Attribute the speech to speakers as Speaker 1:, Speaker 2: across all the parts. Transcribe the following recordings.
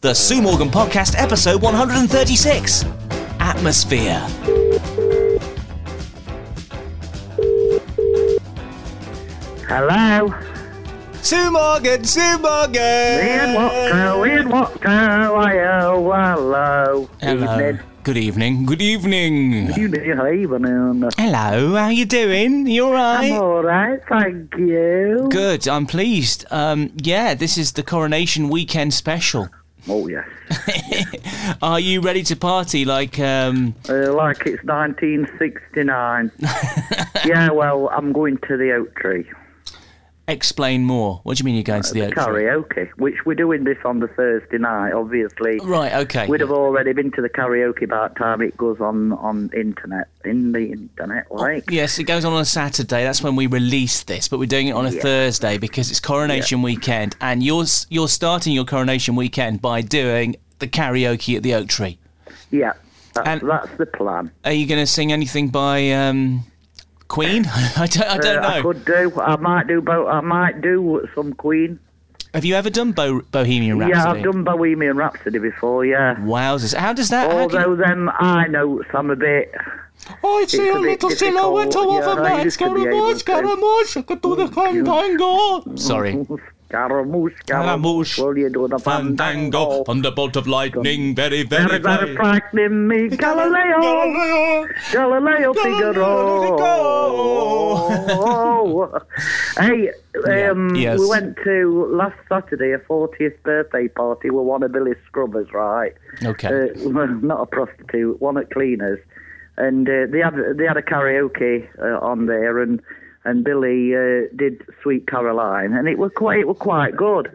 Speaker 1: The Sue Morgan Podcast, episode 136 Atmosphere.
Speaker 2: Hello.
Speaker 1: Sue Morgan, Sue Morgan!
Speaker 2: Ian Watko, Ian Watko, I-O, hello.
Speaker 1: Hello.
Speaker 2: Evening.
Speaker 1: Good evening, good evening.
Speaker 2: You need a evening.
Speaker 1: Hello, how you doing? You alright?
Speaker 2: I'm alright, thank you.
Speaker 1: Good, I'm pleased. Um, yeah, this is the coronation weekend special.
Speaker 2: Oh, yes.
Speaker 1: Are you ready to party like um,
Speaker 2: Uh, like it's 1969. yeah, well, I'm going to the Oak Tree.
Speaker 1: explain more? What do you mean you're going to the
Speaker 2: Uh,
Speaker 1: Oak Tree?
Speaker 2: Karaoke, which we're doing this on the Thursday night, obviously.
Speaker 1: Right, okay.
Speaker 2: We'd have already been to the karaoke by the time it goes on on internet, in the internet,
Speaker 1: Oh,
Speaker 2: like.
Speaker 1: Yes, it goes on on a Saturday. That's when we release this, but we're doing it on a Thursday because it's coronation weekend, and you're s- you're starting your coronation weekend by doing the karaoke at the Oak Tree.
Speaker 2: Yeah, that's,
Speaker 1: And-
Speaker 2: that's the plan.
Speaker 1: Are you going to sing anything by um, Queen? I don't, I don't
Speaker 2: Uh, I
Speaker 1: know.
Speaker 2: could do. I might do. Bo- I might do some Queen.
Speaker 1: Have you ever done Bo- Bohemian Rhapsody?
Speaker 2: Yeah, I've done Bohemian Rhapsody before. Yeah.
Speaker 1: Wowzers! How does that? how can- Oh,
Speaker 2: Although them I know some a bit.
Speaker 1: I see
Speaker 2: a bit difficult, yeah, I used to be able to.
Speaker 1: Scaramouche, I could do the fandango. Sorry.
Speaker 2: Scaramouche,
Speaker 1: Scaramouche.
Speaker 2: Scaramouche, will you do the
Speaker 1: Fandango,
Speaker 2: fandango?
Speaker 1: thunderbolt of lightning, very, very,
Speaker 2: Very, very frightening me, Galileo,
Speaker 1: Galileo.
Speaker 2: Galileo
Speaker 1: Galileo
Speaker 2: Figaro. hey, um,
Speaker 1: yes.
Speaker 2: we went to last Saturday a 40th birthday party with one of Billy's scrubbers, right?
Speaker 1: Okay.
Speaker 2: uh, not a prostitute, one at Cleaners, and uh, they had they had a karaoke uh, on there, and and Billy uh, did Sweet Caroline, and it was quite it was quite good.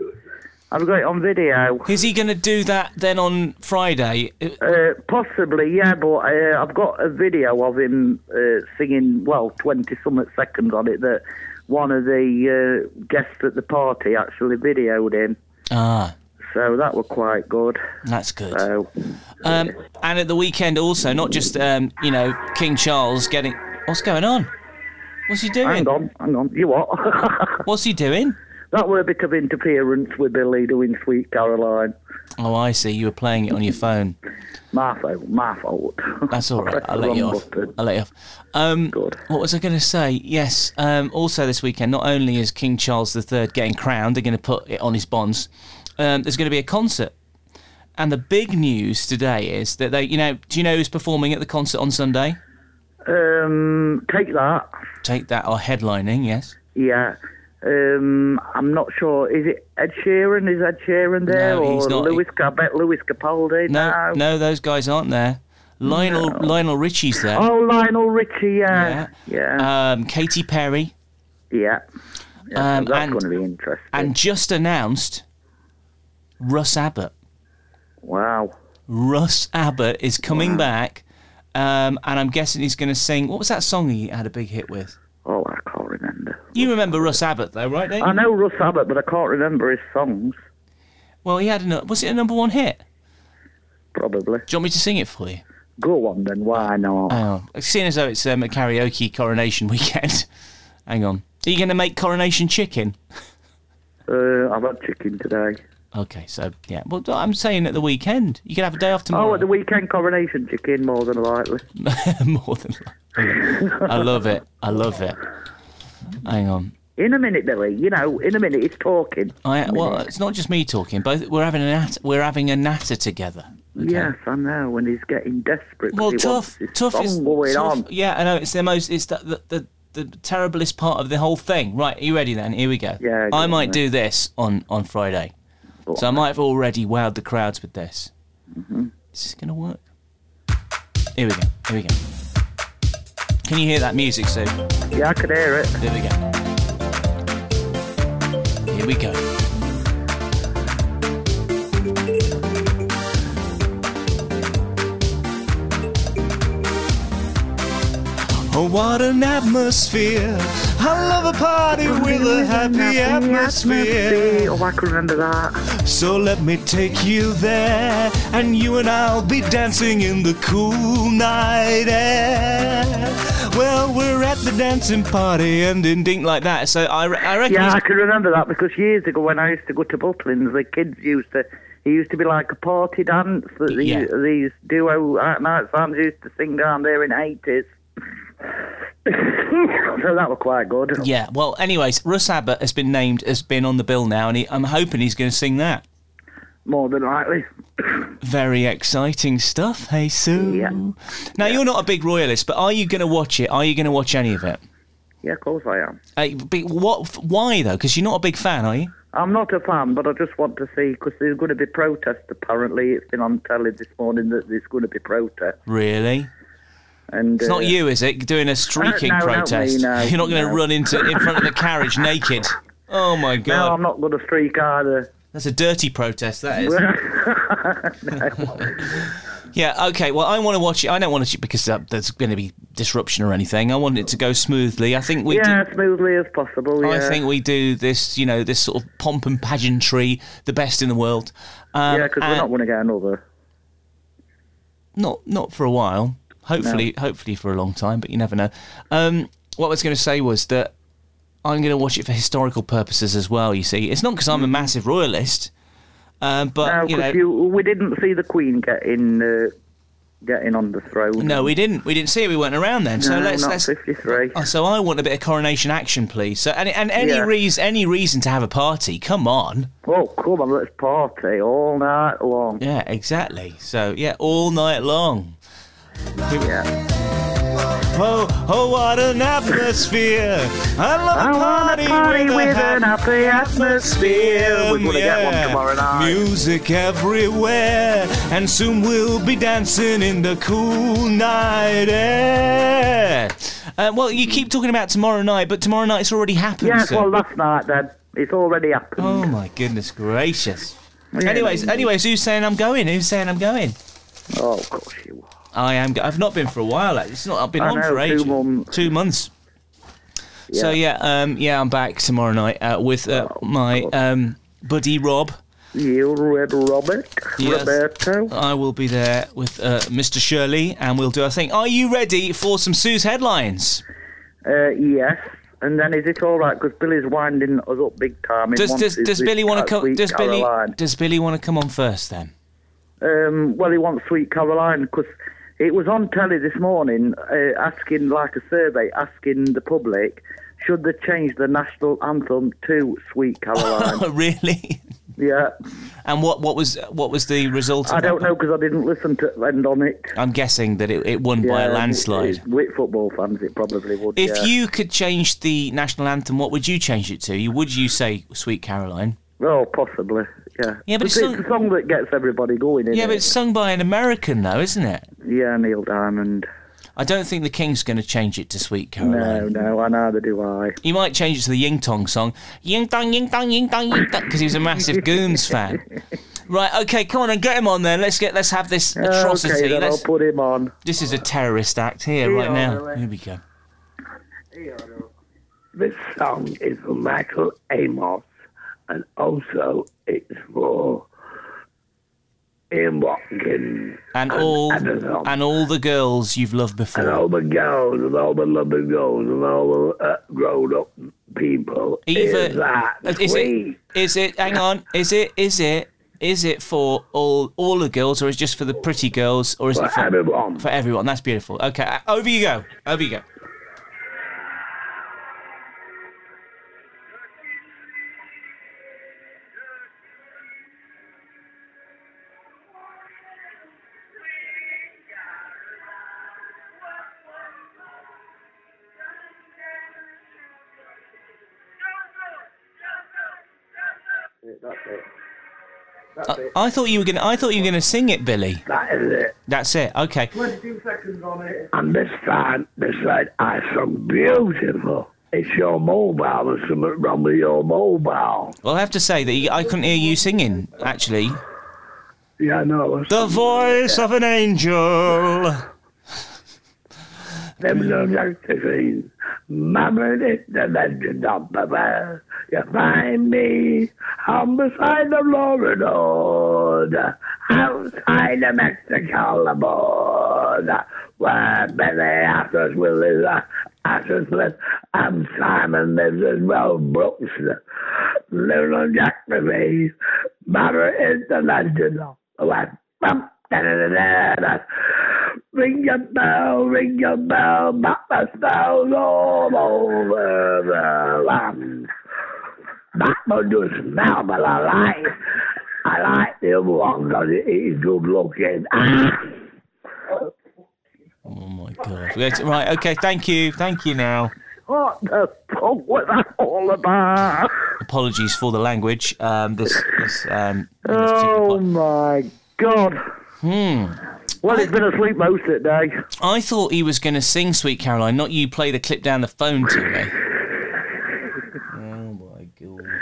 Speaker 2: I've got it on video,
Speaker 1: Is he going to do that then on Friday? Uh,
Speaker 2: uh, possibly, yeah, but uh, I've got a video of him uh, singing well twenty some seconds on it that one of the uh, guests at the party actually videoed him,
Speaker 1: Ah,
Speaker 2: so that was quite good.
Speaker 1: that's good.
Speaker 2: So
Speaker 1: Um, and at the weekend also, not just um, you know King Charles getting. What's going on? What's he doing?
Speaker 2: hang on, hang on, you what?
Speaker 1: What's he doing?
Speaker 2: That were a bit of interference with Billy doing Sweet Caroline.
Speaker 1: Oh, I see. You were playing it on your phone.
Speaker 2: My fault, my fault.
Speaker 1: That's all right. I'll let you
Speaker 2: Wrong
Speaker 1: off.
Speaker 2: button.
Speaker 1: I'll let you off. Um,
Speaker 2: Good.
Speaker 1: What was I going to say? Yes. Um, also, this weekend, not only is King Charles III getting crowned, they're going to put it on his bonds. Um, there's going to be a concert, and the big news today is that they, you know, do you know who's performing at the concert on Sunday?
Speaker 2: Um, take that.
Speaker 1: Take that or headlining? Yes.
Speaker 2: Yeah. Um, I'm not sure. Is it Ed Sheeran? Is Ed Sheeran there?
Speaker 1: No,
Speaker 2: or
Speaker 1: he's not.
Speaker 2: Lewis, I bet Lewis Capaldi.
Speaker 1: No, no, those guys aren't there. Lionel Lionel Richie's there.
Speaker 2: Oh, Lionel Richie. Yeah. Yeah. Yeah.
Speaker 1: Um, Katy Perry,
Speaker 2: Yeah,
Speaker 1: um,
Speaker 2: That's
Speaker 1: and-
Speaker 2: going to be interesting.
Speaker 1: and just announced Russ Abbott.
Speaker 2: wow.
Speaker 1: Russ Abbott is coming back, um, and I'm guessing he's going to sing. What was that song he had a big hit with?
Speaker 2: Oh, I can't remember.
Speaker 1: You remember Russ Abbott though, right? Dave?
Speaker 2: I know Russ Abbott, but I can't remember his songs,
Speaker 1: well, he had a was it a number one hit?
Speaker 2: probably.
Speaker 1: Do you want me to sing it for you?
Speaker 2: Go on then, why not?
Speaker 1: Hang on. Oh. Seeing as though it's um, a karaoke coronation weekend, hang on. Are you going to make coronation chicken?
Speaker 2: Uh, I've had chicken today.
Speaker 1: Okay, so yeah. Well, I'm saying at the weekend. You can have a day off tomorrow.
Speaker 2: Oh, at the weekend coronation chicken, more than likely.
Speaker 1: More than. I love it. I love it. Hang on.
Speaker 2: In a minute, Billy. You know, in a minute, it's talking.
Speaker 1: I, well, it's not just me talking. Both we're having a nat- we're having a natter together.
Speaker 2: Yes, I know. And he's getting desperate. 'cause
Speaker 1: Well,
Speaker 2: he
Speaker 1: tough,
Speaker 2: wants this
Speaker 1: tough
Speaker 2: song
Speaker 1: is
Speaker 2: going
Speaker 1: tough-
Speaker 2: on.
Speaker 1: Yeah, I know. It's the most. It's the the, the the terriblest part of the whole thing. Right, are you ready then? Here we go.
Speaker 2: Yeah, go
Speaker 1: I
Speaker 2: on
Speaker 1: might
Speaker 2: then.
Speaker 1: do this on on Friday,
Speaker 2: Go
Speaker 1: so I
Speaker 2: on. Mm-hmm.
Speaker 1: might have already wowed the crowds with this. Is this gonna work? Here we go. Here we go. Can you hear that music, Sue?
Speaker 2: Yeah, I can hear it.
Speaker 1: There we go. Here we go. Oh, what an atmosphere! I love a party with a happy atmosphere.
Speaker 2: Oh, I can remember that.
Speaker 1: So let me take you there, and you and I'll be dancing in the cool night air. Well, we're at the dancing party, and ding ding like that. So I, re- I reckon.
Speaker 2: Yeah, I can remember that because years ago when I used to go to Butlins, the kids used to It used to be like a party dance that these,
Speaker 1: Yeah.
Speaker 2: these duo at night fans used to sing down there in the 80s. so that was quite good.
Speaker 1: Yeah. Well, anyways, Russ Abbott has been named as being on the bill now, and he, I'm hoping he's going to sing that.
Speaker 2: More than likely.
Speaker 1: Very exciting stuff. Hey Sue.
Speaker 2: Yeah.
Speaker 1: Now you're not a big royalist, but are you going to watch it? Are you going to watch any of it?
Speaker 2: Yeah, of course I am.
Speaker 1: Uh, but what? Why though? Because you're not a big fan, are you?
Speaker 2: I'm not a fan, but I just want to see because there's going to be protest. Apparently, it's been on telly this morning that there's going to be protest.
Speaker 1: Really?
Speaker 2: And uh,
Speaker 1: It's not you, is it? Doing a streaking
Speaker 2: no, not me,
Speaker 1: protest.
Speaker 2: no,
Speaker 1: You're not going to
Speaker 2: no.
Speaker 1: run into in front of the carriage naked. Oh my
Speaker 2: No,
Speaker 1: god,
Speaker 2: I'm not going to streak either.
Speaker 1: that's a dirty protest. That is. yeah. Okay. Well, I want to watch it. I don't want to because uh, there's going to be disruption or anything. I want it to go smoothly. I think we.
Speaker 2: Yeah,
Speaker 1: Do,
Speaker 2: smoothly as possible. Yeah.
Speaker 1: I think we do this. You know, this sort of pomp and pageantry, the best in the world. Um,
Speaker 2: Yeah, because we're
Speaker 1: and-
Speaker 2: not going to get another.
Speaker 1: not not for a while. Hopefully, hopefully for a long time, but you never know. Um, what I was going to say was that I'm going to watch it for historical purposes as well. You see, it's not because I'm a massive royalist, um, but
Speaker 2: Mm. No,
Speaker 1: you know,
Speaker 2: because we didn't see the Queen getting uh, getting on the throne.
Speaker 1: no, we didn't. We didn't see it. We weren't around then. So
Speaker 2: No,
Speaker 1: let's
Speaker 2: not
Speaker 1: let's.
Speaker 2: 53.
Speaker 1: Oh, so I want a bit of coronation action, please. So and and any
Speaker 2: Yeah.
Speaker 1: reason any reason to have a party? Come on.
Speaker 2: Oh, come on, let's party all night long.
Speaker 1: Yeah, exactly. So yeah, all night long.
Speaker 2: Yeah.
Speaker 1: Oh, oh, what an atmosphere! I love
Speaker 2: I
Speaker 1: a
Speaker 2: want
Speaker 1: party,
Speaker 2: to party
Speaker 1: with,
Speaker 2: with
Speaker 1: a
Speaker 2: an
Speaker 1: happy
Speaker 2: happy atmosphere. We're going to get one
Speaker 1: yeah.
Speaker 2: tomorrow night.
Speaker 1: Music everywhere, and soon we'll be dancing in the cool night air. Uh, well, you keep talking about tomorrow night, but tomorrow night's already happened.
Speaker 2: Yes,
Speaker 1: sir.
Speaker 2: well, last night then. It's already happened.
Speaker 1: oh my goodness gracious!
Speaker 2: Yeah.
Speaker 1: Anyways, anyways, who's saying I'm going? Who's saying I'm going?
Speaker 2: Oh, of course you are.
Speaker 1: I am. go- I've not been for a while. Actually. It's not. I've been
Speaker 2: I
Speaker 1: on
Speaker 2: know,
Speaker 1: for
Speaker 2: two
Speaker 1: ages.
Speaker 2: months.
Speaker 1: Two months. So yeah, um, yeah, I'm back tomorrow night uh, with uh,
Speaker 2: Oh,
Speaker 1: my
Speaker 2: God.
Speaker 1: um, buddy Rob.
Speaker 2: You read Robert?
Speaker 1: Yes. Oh.
Speaker 2: Roberto?
Speaker 1: I will be there with uh, Mr. Shirley, and we'll do our thing. Are you ready for some Sue's headlines?
Speaker 2: Uh, yes. And then is it all right? Because Billy's winding us up big time. He
Speaker 1: Does
Speaker 2: wants
Speaker 1: does,
Speaker 2: his-
Speaker 1: does
Speaker 2: his
Speaker 1: Billy want to
Speaker 2: cat,
Speaker 1: come?
Speaker 2: Sweet
Speaker 1: Does Billy
Speaker 2: Caroline.
Speaker 1: does Billy want to come on first then?
Speaker 2: Um, well, he wants Sweet Caroline because it was on telly this morning, uh, asking like a survey, asking the public should they change the national anthem to Sweet Caroline.
Speaker 1: really?
Speaker 2: yeah,
Speaker 1: And what, what was what was the result? Of
Speaker 2: I
Speaker 1: that
Speaker 2: don't know
Speaker 1: one?
Speaker 2: because I didn't listen to end on it.
Speaker 1: I'm guessing that it, it won by
Speaker 2: Yeah,
Speaker 1: a
Speaker 2: it-
Speaker 1: landslide.
Speaker 2: it- With football fans, it probably would.
Speaker 1: If
Speaker 2: yeah.
Speaker 1: you could change the national anthem, what would you change it to? You would you say "Sweet Caroline"?
Speaker 2: oh, possibly, yeah.
Speaker 1: Yeah, but
Speaker 2: Because
Speaker 1: it's
Speaker 2: it's
Speaker 1: not-
Speaker 2: a song that gets everybody going. is
Speaker 1: Yeah, but it's sung by an American though, isn't it?
Speaker 2: yeah, Neil Diamond.
Speaker 1: I don't think the King's going to change it to Sweet Caroline.
Speaker 2: No, no, I neither do I.
Speaker 1: He might change it to the Ying Tong song, Ying Tong, Ying Tong, Ying Tong, Ying Tong, because he was a massive Goons fan. Right, okay, come on and get him on then. Let's get, let's have this atrocity.
Speaker 2: Okay, then I'll
Speaker 1: let's,
Speaker 2: put him on.
Speaker 1: this is a terrorist act here, right
Speaker 2: Yeah,
Speaker 1: now.
Speaker 2: really.
Speaker 1: Here we go.
Speaker 3: This song is for Michael Amos, and also it's for Ian Watkins
Speaker 1: And all,
Speaker 3: Adderall.
Speaker 1: and all the girls you've loved
Speaker 3: and
Speaker 1: before.
Speaker 3: all the girls and all the lovely girls and all the uh, grown-up people.
Speaker 1: Either-
Speaker 3: is that
Speaker 1: Uh, is it?
Speaker 3: sweet?
Speaker 1: Is it? Hang on. Is it? Is it? Is it for all all the girls, or is it just for the pretty girls, or is
Speaker 3: For
Speaker 1: it for
Speaker 3: everyone.
Speaker 1: for everyone? That's beautiful. Okay, uh, over you go. Over you go. I, I thought you were gonna. I thought you were gonna sing it, Billy.
Speaker 3: that is it.
Speaker 1: That's it. Okay.
Speaker 3: And this time, this side, I sung beautiful. It's your mobile. There's something wrong with your mobile.
Speaker 1: Well, I have to say that you, I couldn't hear you singing. Actually,
Speaker 3: Yeah, no.
Speaker 1: the voice of an angel.
Speaker 3: Them little justices, murmured it, the legend of the well. You find me on the side of Laura Road, outside of Mexico, the like that. Where Billy Athos will live, uh, Athos live, and Simon lives as well, Brooks, Little Jack Levine, Barry International. Well, bum, da, da, da, da, da. Ring your bell, ring your bell, but the spell's all over the land. That one does smell, but I like, I like the other one because it is good looking. Ah!
Speaker 1: Oh my god! Yes, Right. Okay. Thank you. Thank you. Now,
Speaker 3: Oh,
Speaker 2: What the fuck was that all about?
Speaker 1: apologies for the language. Um, this. this um, in this particular
Speaker 2: Oh
Speaker 1: pod-
Speaker 2: my god.
Speaker 1: Hmm.
Speaker 2: Well, he's been asleep most of the day.
Speaker 1: I thought he was going to sing "Sweet Caroline," not you play the clip down the phone to me. Oh my god!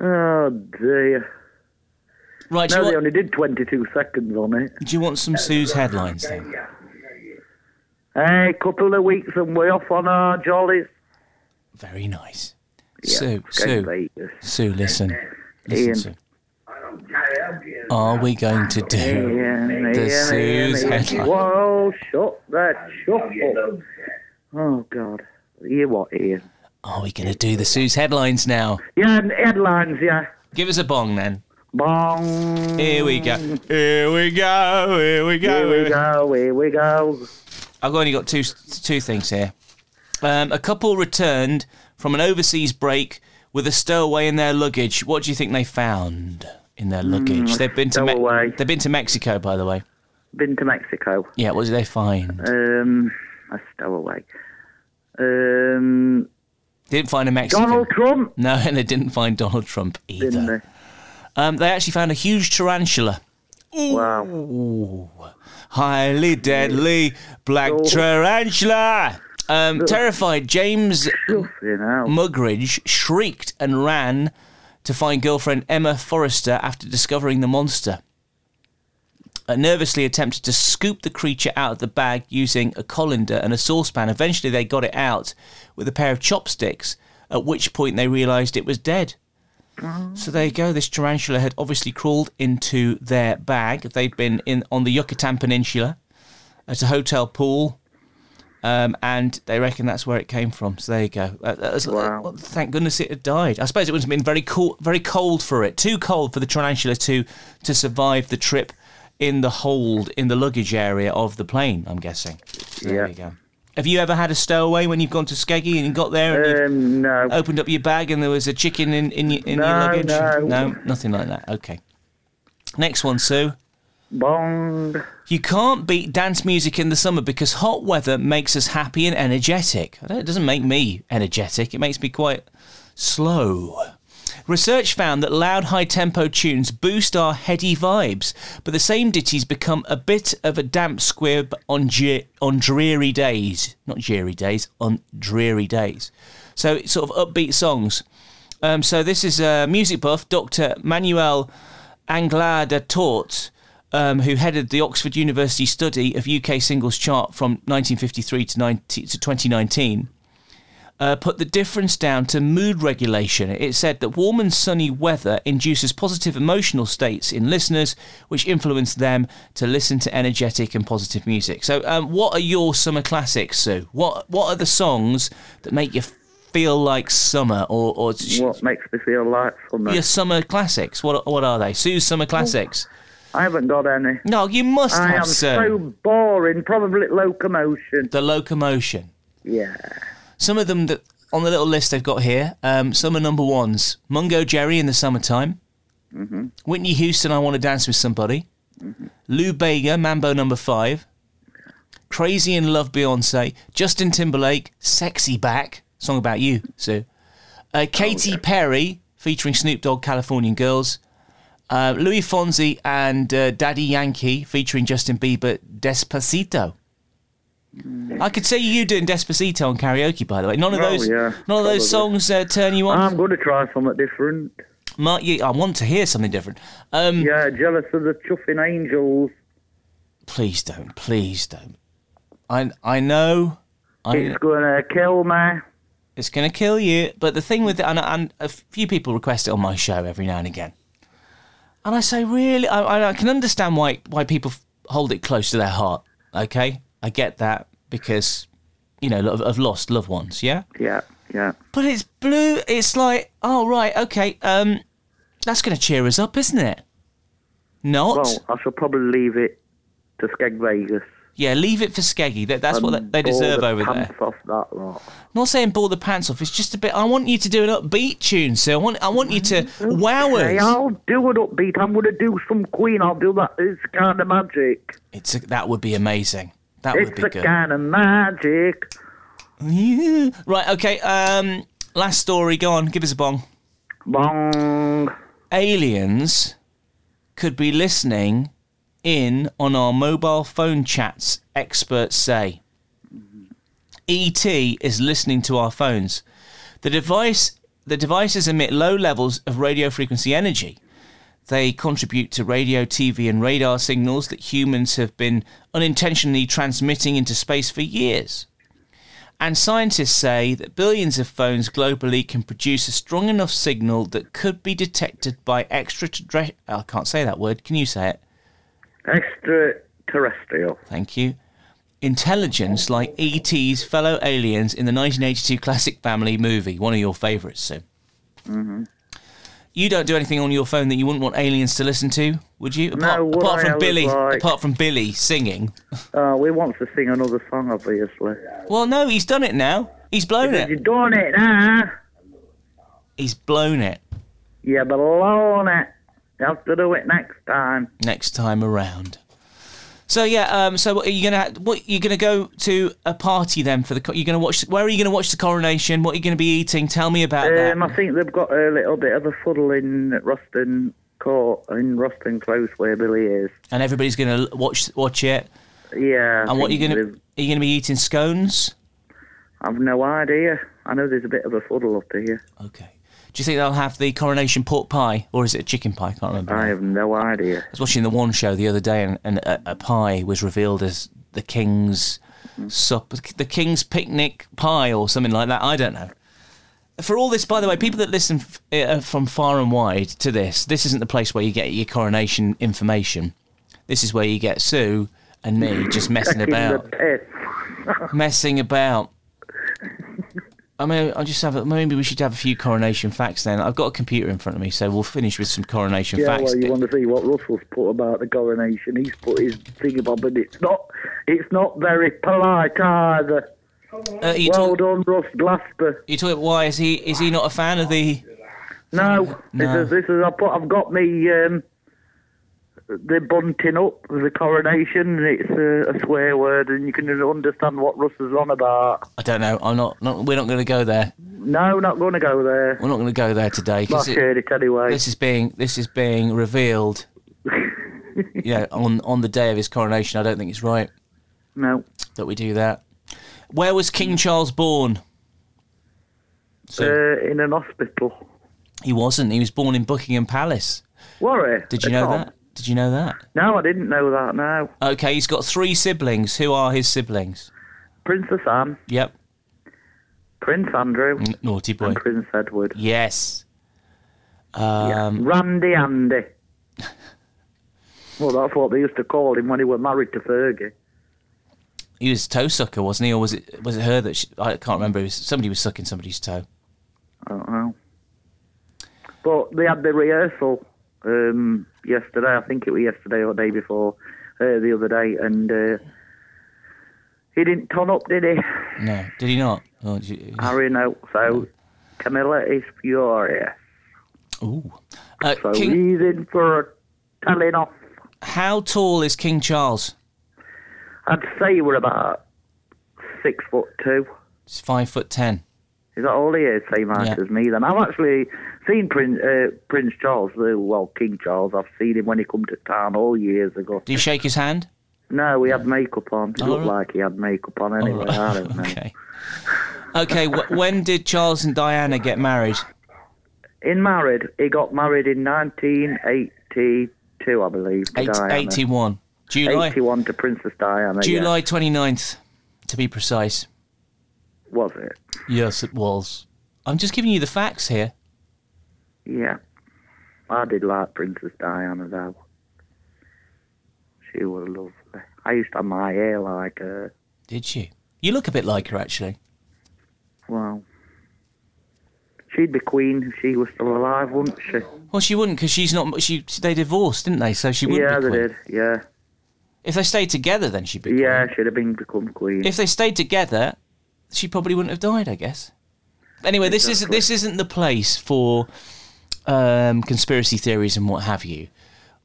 Speaker 2: Oh dear.
Speaker 1: Right. Do
Speaker 2: No,
Speaker 1: you,
Speaker 2: they
Speaker 1: want,
Speaker 2: only did 22 seconds on it.
Speaker 1: do you want some Sue's headlines then?
Speaker 2: Hey, couple of weeks and we're off on our jollies.
Speaker 1: Very nice.
Speaker 2: Yeah,
Speaker 1: Sue,
Speaker 2: go
Speaker 1: Sue,
Speaker 2: beat us.
Speaker 1: Sue, listen.
Speaker 2: Ian.
Speaker 1: Listen, Sue. Are we going to do
Speaker 2: Ian,
Speaker 1: the
Speaker 2: Ian,
Speaker 1: Sue's
Speaker 2: Ian, Ian.
Speaker 1: headline?
Speaker 2: Whoa, shut that shuffle. Oh, God. You what, Ian?
Speaker 1: Are we going to do the Sue's headlines now?
Speaker 2: Yeah, and headlines, yeah.
Speaker 1: Give us a bong then.
Speaker 2: Bong.
Speaker 1: Here we go. Here we go. Here we go.
Speaker 2: Here we go, here we go.
Speaker 1: I've only got two two things here. Um, a couple returned from an overseas break with a stowaway in their luggage. What do you think they found in their luggage? they've been to
Speaker 2: Hmm, stowaway.
Speaker 1: they've been to Mexico, by the way.
Speaker 2: Been to Mexico.
Speaker 1: Yeah, what did they find?
Speaker 2: Um, a stowaway. Um,
Speaker 1: Didn't find a Mexican.
Speaker 2: Donald Trump.
Speaker 1: No, and they didn't find Donald Trump
Speaker 2: Didn't
Speaker 1: either.
Speaker 2: they?
Speaker 1: Um, they actually found a huge tarantula.
Speaker 2: Wow.
Speaker 1: Ooh, highly deadly black tarantula. Um, terrified, James
Speaker 2: You
Speaker 1: Mm.
Speaker 2: know.
Speaker 1: Mugridge shrieked and ran to find girlfriend Emma Forrester after discovering the monster. Uh, nervously attempted to scoop the creature out of the bag using a colander and a saucepan. Eventually, they got it out with a pair of chopsticks, at which point they realised it was dead. So there you go. This tarantula had obviously crawled into their bag. They'd been in on the Yucatan Peninsula at a hotel pool, um, and they reckon that's where it came from. So there you go. Uh, that was-
Speaker 2: Wow.
Speaker 1: uh, thank goodness it had died. I suppose it would have been very cool, very cold for it. Too cold for the tarantula to to survive the trip in the hold in the luggage area of the plane. I'm guessing. So There
Speaker 2: Yeah.
Speaker 1: you go. Have you ever had a stowaway when you've gone to Skeggy and you got there and you've
Speaker 2: Um, no.
Speaker 1: opened up your bag and there was a chicken in, in, your, in your
Speaker 2: No,
Speaker 1: luggage?
Speaker 2: no.
Speaker 1: nothing like that. Okay. Next one, Sue.
Speaker 2: Bong.
Speaker 1: You can't beat dance music in the summer because hot weather makes us happy and energetic. I don't, it doesn't make me energetic, it makes me quite slow. Research found that loud, high tempo tunes boost our heady vibes, but the same ditties become a bit of a damp squib on, ge- on dreary days. Not dreary days, on dreary days. So, it's sort of upbeat songs. Um, so, this is uh, music buff Dr. Manuel Anglada Tort, um, who headed the Oxford University study of UK singles chart from 1953 to, 19, to 2019 uh, put the difference down to mood regulation. It said that warm and sunny weather induces positive emotional states in listeners, which influence them to listen to energetic and positive music. So, um, what are your summer classics, Sue? What What are the songs that make you feel like summer, or, or
Speaker 2: What makes me feel like summer?
Speaker 1: your summer classics? What What are they? Sue's summer classics.
Speaker 2: I haven't got any.
Speaker 1: No, you must
Speaker 2: I
Speaker 1: have
Speaker 2: am
Speaker 1: Sue.
Speaker 2: so boring. Probably locomotion.
Speaker 1: the locomotion.
Speaker 2: Yeah.
Speaker 1: Some of them that on the little list they've got here, um, some are number ones. Mungo Jerry in the summertime. Whitney Houston, I want to dance with somebody.
Speaker 2: Mm-hmm.
Speaker 1: Lou Bega, Mambo number five. Crazy in Love, Beyonce. Justin Timberlake, Sexy Back. Song about you, Sue.
Speaker 2: Oh,
Speaker 1: Uh, Katy Perry featuring Snoop Dogg, Californian Girls. Uh, Louis Fonzi and uh, Daddy Yankee featuring Justin Bieber, Despacito. I could see you doing Despacito on karaoke, by the way. None of
Speaker 2: Mm. Oh,
Speaker 1: those,
Speaker 2: yeah,
Speaker 1: none of those
Speaker 2: probably. Um,
Speaker 1: songs uh, turn you on.
Speaker 2: I'm going to try something different.
Speaker 1: Mark, you, I want to hear something different. Um,
Speaker 2: Yeah, jealous of the chuffing angels.
Speaker 1: Please don't, please don't. I, I know, I,
Speaker 2: It's going to kill me.
Speaker 1: it's going to kill you. But the thing with it, and, and a few people request it on my show every now and again, and I say, really, I, I, I can understand why why people f- hold it close to their heart. Okay, I get that because you know lo- I've lost loved ones. Yeah,
Speaker 2: Yeah, yeah.
Speaker 1: but it's blue. It's like, oh right, okay. Um, that's going to cheer us up, isn't it? Not.
Speaker 2: Well, Oh, I shall probably leave it to Skeg Vegas.
Speaker 1: yeah, leave it for Skeggy. That, that's what
Speaker 2: and
Speaker 1: they, they
Speaker 2: bore
Speaker 1: deserve
Speaker 2: the
Speaker 1: over there.
Speaker 2: pants Off that lot.
Speaker 1: not saying ball the pants off. It's just a bit. I want you to do an upbeat tune, so I want I want you to wow
Speaker 2: Hey,
Speaker 1: us.
Speaker 2: I'll do an upbeat. I'm going to do some Queen. I'll do that. It's kind of magic.
Speaker 1: It's a, that would be amazing. That would
Speaker 2: It's
Speaker 1: be
Speaker 2: the
Speaker 1: good.
Speaker 2: kind of magic.
Speaker 1: Yeah. Right. Okay. Um. Last story. Go on. Give us a bong.
Speaker 2: Bong.
Speaker 1: Aliens could be listening in on our mobile phone chats. Experts say. ET is listening to our phones. The device the devices emit low levels of radio frequency energy. They contribute to radio, TV, and radar signals that humans have been unintentionally transmitting into space for years. And scientists say that billions of phones globally can produce a strong enough signal that could be detected by extraterrestrial. I can't say that word. Can you say it?
Speaker 2: Extraterrestrial.
Speaker 1: Thank you. Intelligence like E.T.'s fellow aliens in the 1982 classic family movie, one of your favourites, Sue.
Speaker 2: Mm-hmm.
Speaker 1: You don't do anything on your phone that you wouldn't want aliens to listen to, would you? Apart,
Speaker 2: what
Speaker 1: apart
Speaker 2: I
Speaker 1: from
Speaker 2: look
Speaker 1: Billy,
Speaker 2: like.
Speaker 1: apart from Billy singing.
Speaker 2: Uh, we want to sing another song, obviously.
Speaker 1: Well, no, he's done it now. He's blown
Speaker 2: You're
Speaker 1: it.
Speaker 2: doing it now.
Speaker 1: He's blown it.
Speaker 2: You're blowing it. You have to do it next time.
Speaker 1: next time around. So yeah, um, so what are you gonna what you gonna go to a party then for the co- you're gonna watch where are you gonna watch the coronation? What are you gonna be eating? Tell me about that.
Speaker 2: Um, I think they've got a little bit of a fuddle in Ruston Court, in Ruston Close, where Billy is.
Speaker 1: And everybody's gonna l- watch watch it.
Speaker 2: Yeah. I
Speaker 1: And what are you
Speaker 2: think
Speaker 1: gonna
Speaker 2: they've-
Speaker 1: are you gonna be eating scones?
Speaker 2: I've no idea. I know there's a bit of a fuddle up here.
Speaker 1: Okay. Do you think they'll have the coronation pork pie or is it a chicken pie? I can't remember. I
Speaker 2: I have no idea.
Speaker 1: was watching the one show the other day and, and a, a pie was revealed as the king's
Speaker 2: Hmm.
Speaker 1: supper, the king's picnic pie or something like that. I don't know. for all this, by the way, people that listen f- uh, from far and wide to this, this isn't the place where you get your coronation information. This is where you get Sue and me just messing
Speaker 2: In the
Speaker 1: about,
Speaker 2: pit.
Speaker 1: messing about. I mean, I just have. A, maybe we should have a few coronation facts then. I've got a computer in front of me, so we'll finish with some coronation
Speaker 2: Yeah,
Speaker 1: facts.
Speaker 2: well, you want to see what Russell's put about the coronation. He's put his thing about, and it's not, it's not very polite either.
Speaker 1: Uh, you
Speaker 2: Well
Speaker 1: talk,
Speaker 2: done, Russ Glasper.
Speaker 1: you talk. Why is he? Is he not a fan of the?
Speaker 2: No,
Speaker 1: No.
Speaker 2: This is, this is I put, I've got me um, the bunting up with the coronation. and It's uh, a, a swear word, and you can understand what Russ is on about.
Speaker 1: I don't know. I'm not. not we're not going to go there.
Speaker 2: No, not going to go there.
Speaker 1: We're not going to go there today. 'cause
Speaker 2: I've
Speaker 1: it-
Speaker 2: heard it anyway.
Speaker 1: this is being this is being revealed. yeah, on on the day of his coronation, I don't think it's right
Speaker 2: No.
Speaker 1: that we do that. Where was King Charles born? So
Speaker 2: Uh, in an hospital.
Speaker 1: he wasn't. He was born in Buckingham Palace.
Speaker 2: Worry.
Speaker 1: Did you
Speaker 2: It's
Speaker 1: know
Speaker 2: on.
Speaker 1: that? Did you know that?
Speaker 2: No, I didn't know that, no.
Speaker 1: Okay, he's got three siblings. Who are his siblings?
Speaker 2: Princess Anne,
Speaker 1: Yep,
Speaker 2: Prince Andrew,
Speaker 1: N- naughty Mm, boy.
Speaker 2: and Prince Edward.
Speaker 1: Yes.
Speaker 2: Yeah.
Speaker 1: Um,
Speaker 2: Randy Andy. well, that's what they used to call him when he was married to Fergie.
Speaker 1: he was a toe sucker, wasn't he? Or was it was it her that she, I can't remember? It was, somebody was sucking somebody's toe.
Speaker 2: I don't know. But they had the rehearsal um, yesterday. I think it was yesterday or the day before, uh, the other day, and uh, he didn't turn up, did he?
Speaker 1: No, did he not? Oh, did you-
Speaker 2: Harry, no. So Camilla is furious.
Speaker 1: Ooh. Uh,
Speaker 2: So
Speaker 1: King,
Speaker 2: he's in for a telling off.
Speaker 1: How tall is King Charles?
Speaker 2: I'd say we're about six foot two.
Speaker 1: It's five foot ten.
Speaker 2: Is that all he is? Same height
Speaker 1: Yeah.
Speaker 2: as me. Then I've actually seen Prince uh, Prince Charles, uh, well King Charles. I've seen him when he come to town all years ago.
Speaker 1: Did he shake his hand?
Speaker 2: No, he had makeup on. He
Speaker 1: Oh,
Speaker 2: looked
Speaker 1: right.
Speaker 2: like he had makeup on anyway. I don't know.
Speaker 1: okay. Okay. W- when did Charles and Diana get married?
Speaker 2: In married, he got married in 1982, I believe. to
Speaker 1: Eight,
Speaker 2: Diana.
Speaker 1: 81. July.
Speaker 2: 81 to Princess Diana. yeah.
Speaker 1: July 29th, to be precise.
Speaker 2: was it?
Speaker 1: Yes, it was. I'm just giving you the facts here.
Speaker 2: Yeah. I did like Princess Diana though. She was lovely. I used to have my hair like her.
Speaker 1: Did you? You look a bit like her, actually.
Speaker 2: Well, she'd be queen if she was still alive, wouldn't she?
Speaker 1: Well, she wouldn't because she's not. She they divorced, didn't they? So she wouldn't.
Speaker 2: yeah,
Speaker 1: be
Speaker 2: they
Speaker 1: queen.
Speaker 2: did. Yeah,
Speaker 1: If they stayed together, then she'd be. queen.
Speaker 2: yeah, she'd have been become queen.
Speaker 1: If they stayed together, she probably wouldn't have died. I guess. Anyway, this isn't
Speaker 2: Exactly.
Speaker 1: this isn't the place for um, conspiracy theories and what have you.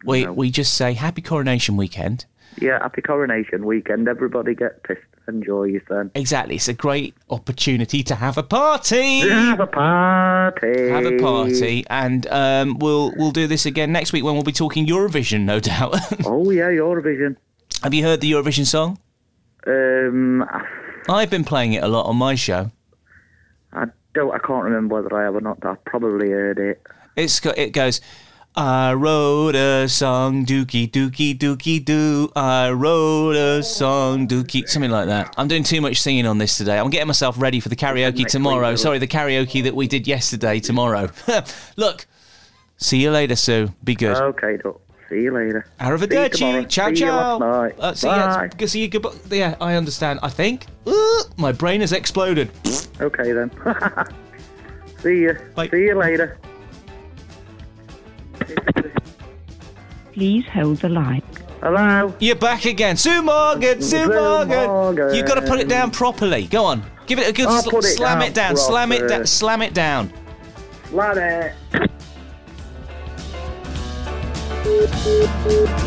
Speaker 1: We
Speaker 2: No.
Speaker 1: we just say happy coronation weekend.
Speaker 2: yeah, happy coronation weekend. Everybody get pissed. Enjoy your son.
Speaker 1: Exactly. It's a great opportunity to have a party.
Speaker 2: Have a party.
Speaker 1: Have a party, and um, we'll we'll do this again next week when we'll be talking Eurovision, no doubt.
Speaker 2: Oh yeah, Eurovision.
Speaker 1: have you heard the Eurovision song?
Speaker 2: Um, I,
Speaker 1: I've been playing it a lot on my show.
Speaker 2: I don't. I can't remember whether I have or not. but I've probably heard it.
Speaker 1: It's go- it goes. I wrote a song, dookie dookie dookie doo. I wrote a song, dookie, something like that. I'm doing too much singing on this today. I'm getting myself ready for the karaoke
Speaker 2: Next
Speaker 1: tomorrow.
Speaker 2: week,
Speaker 1: Sorry, the karaoke that we did yesterday tomorrow. Look, see you later, Sue. Be good.
Speaker 2: Okay, doc. See you later. Oh, See you tomorrow.
Speaker 1: Arrivederci. Ciao,
Speaker 2: See you
Speaker 1: ciao.
Speaker 2: last night.
Speaker 1: Uh, see
Speaker 2: Bye.
Speaker 1: you. Good- See you. Goodbye. Yeah, I understand. I think. Ooh, my brain has exploded.
Speaker 2: Okay then. See you.
Speaker 1: Bye.
Speaker 2: See you later.
Speaker 4: Please hold the line.
Speaker 2: Hello.
Speaker 1: You're back again. Sue Morgan. Sue,
Speaker 2: Sue
Speaker 1: Morgan.
Speaker 2: Morgan.
Speaker 1: You've got to put it down properly. Go on. Give it a good
Speaker 2: I'll
Speaker 1: sl-
Speaker 2: put it
Speaker 1: slam
Speaker 2: down
Speaker 1: it down. Slam it down.
Speaker 2: proper.
Speaker 1: Slam it down.
Speaker 2: Love it.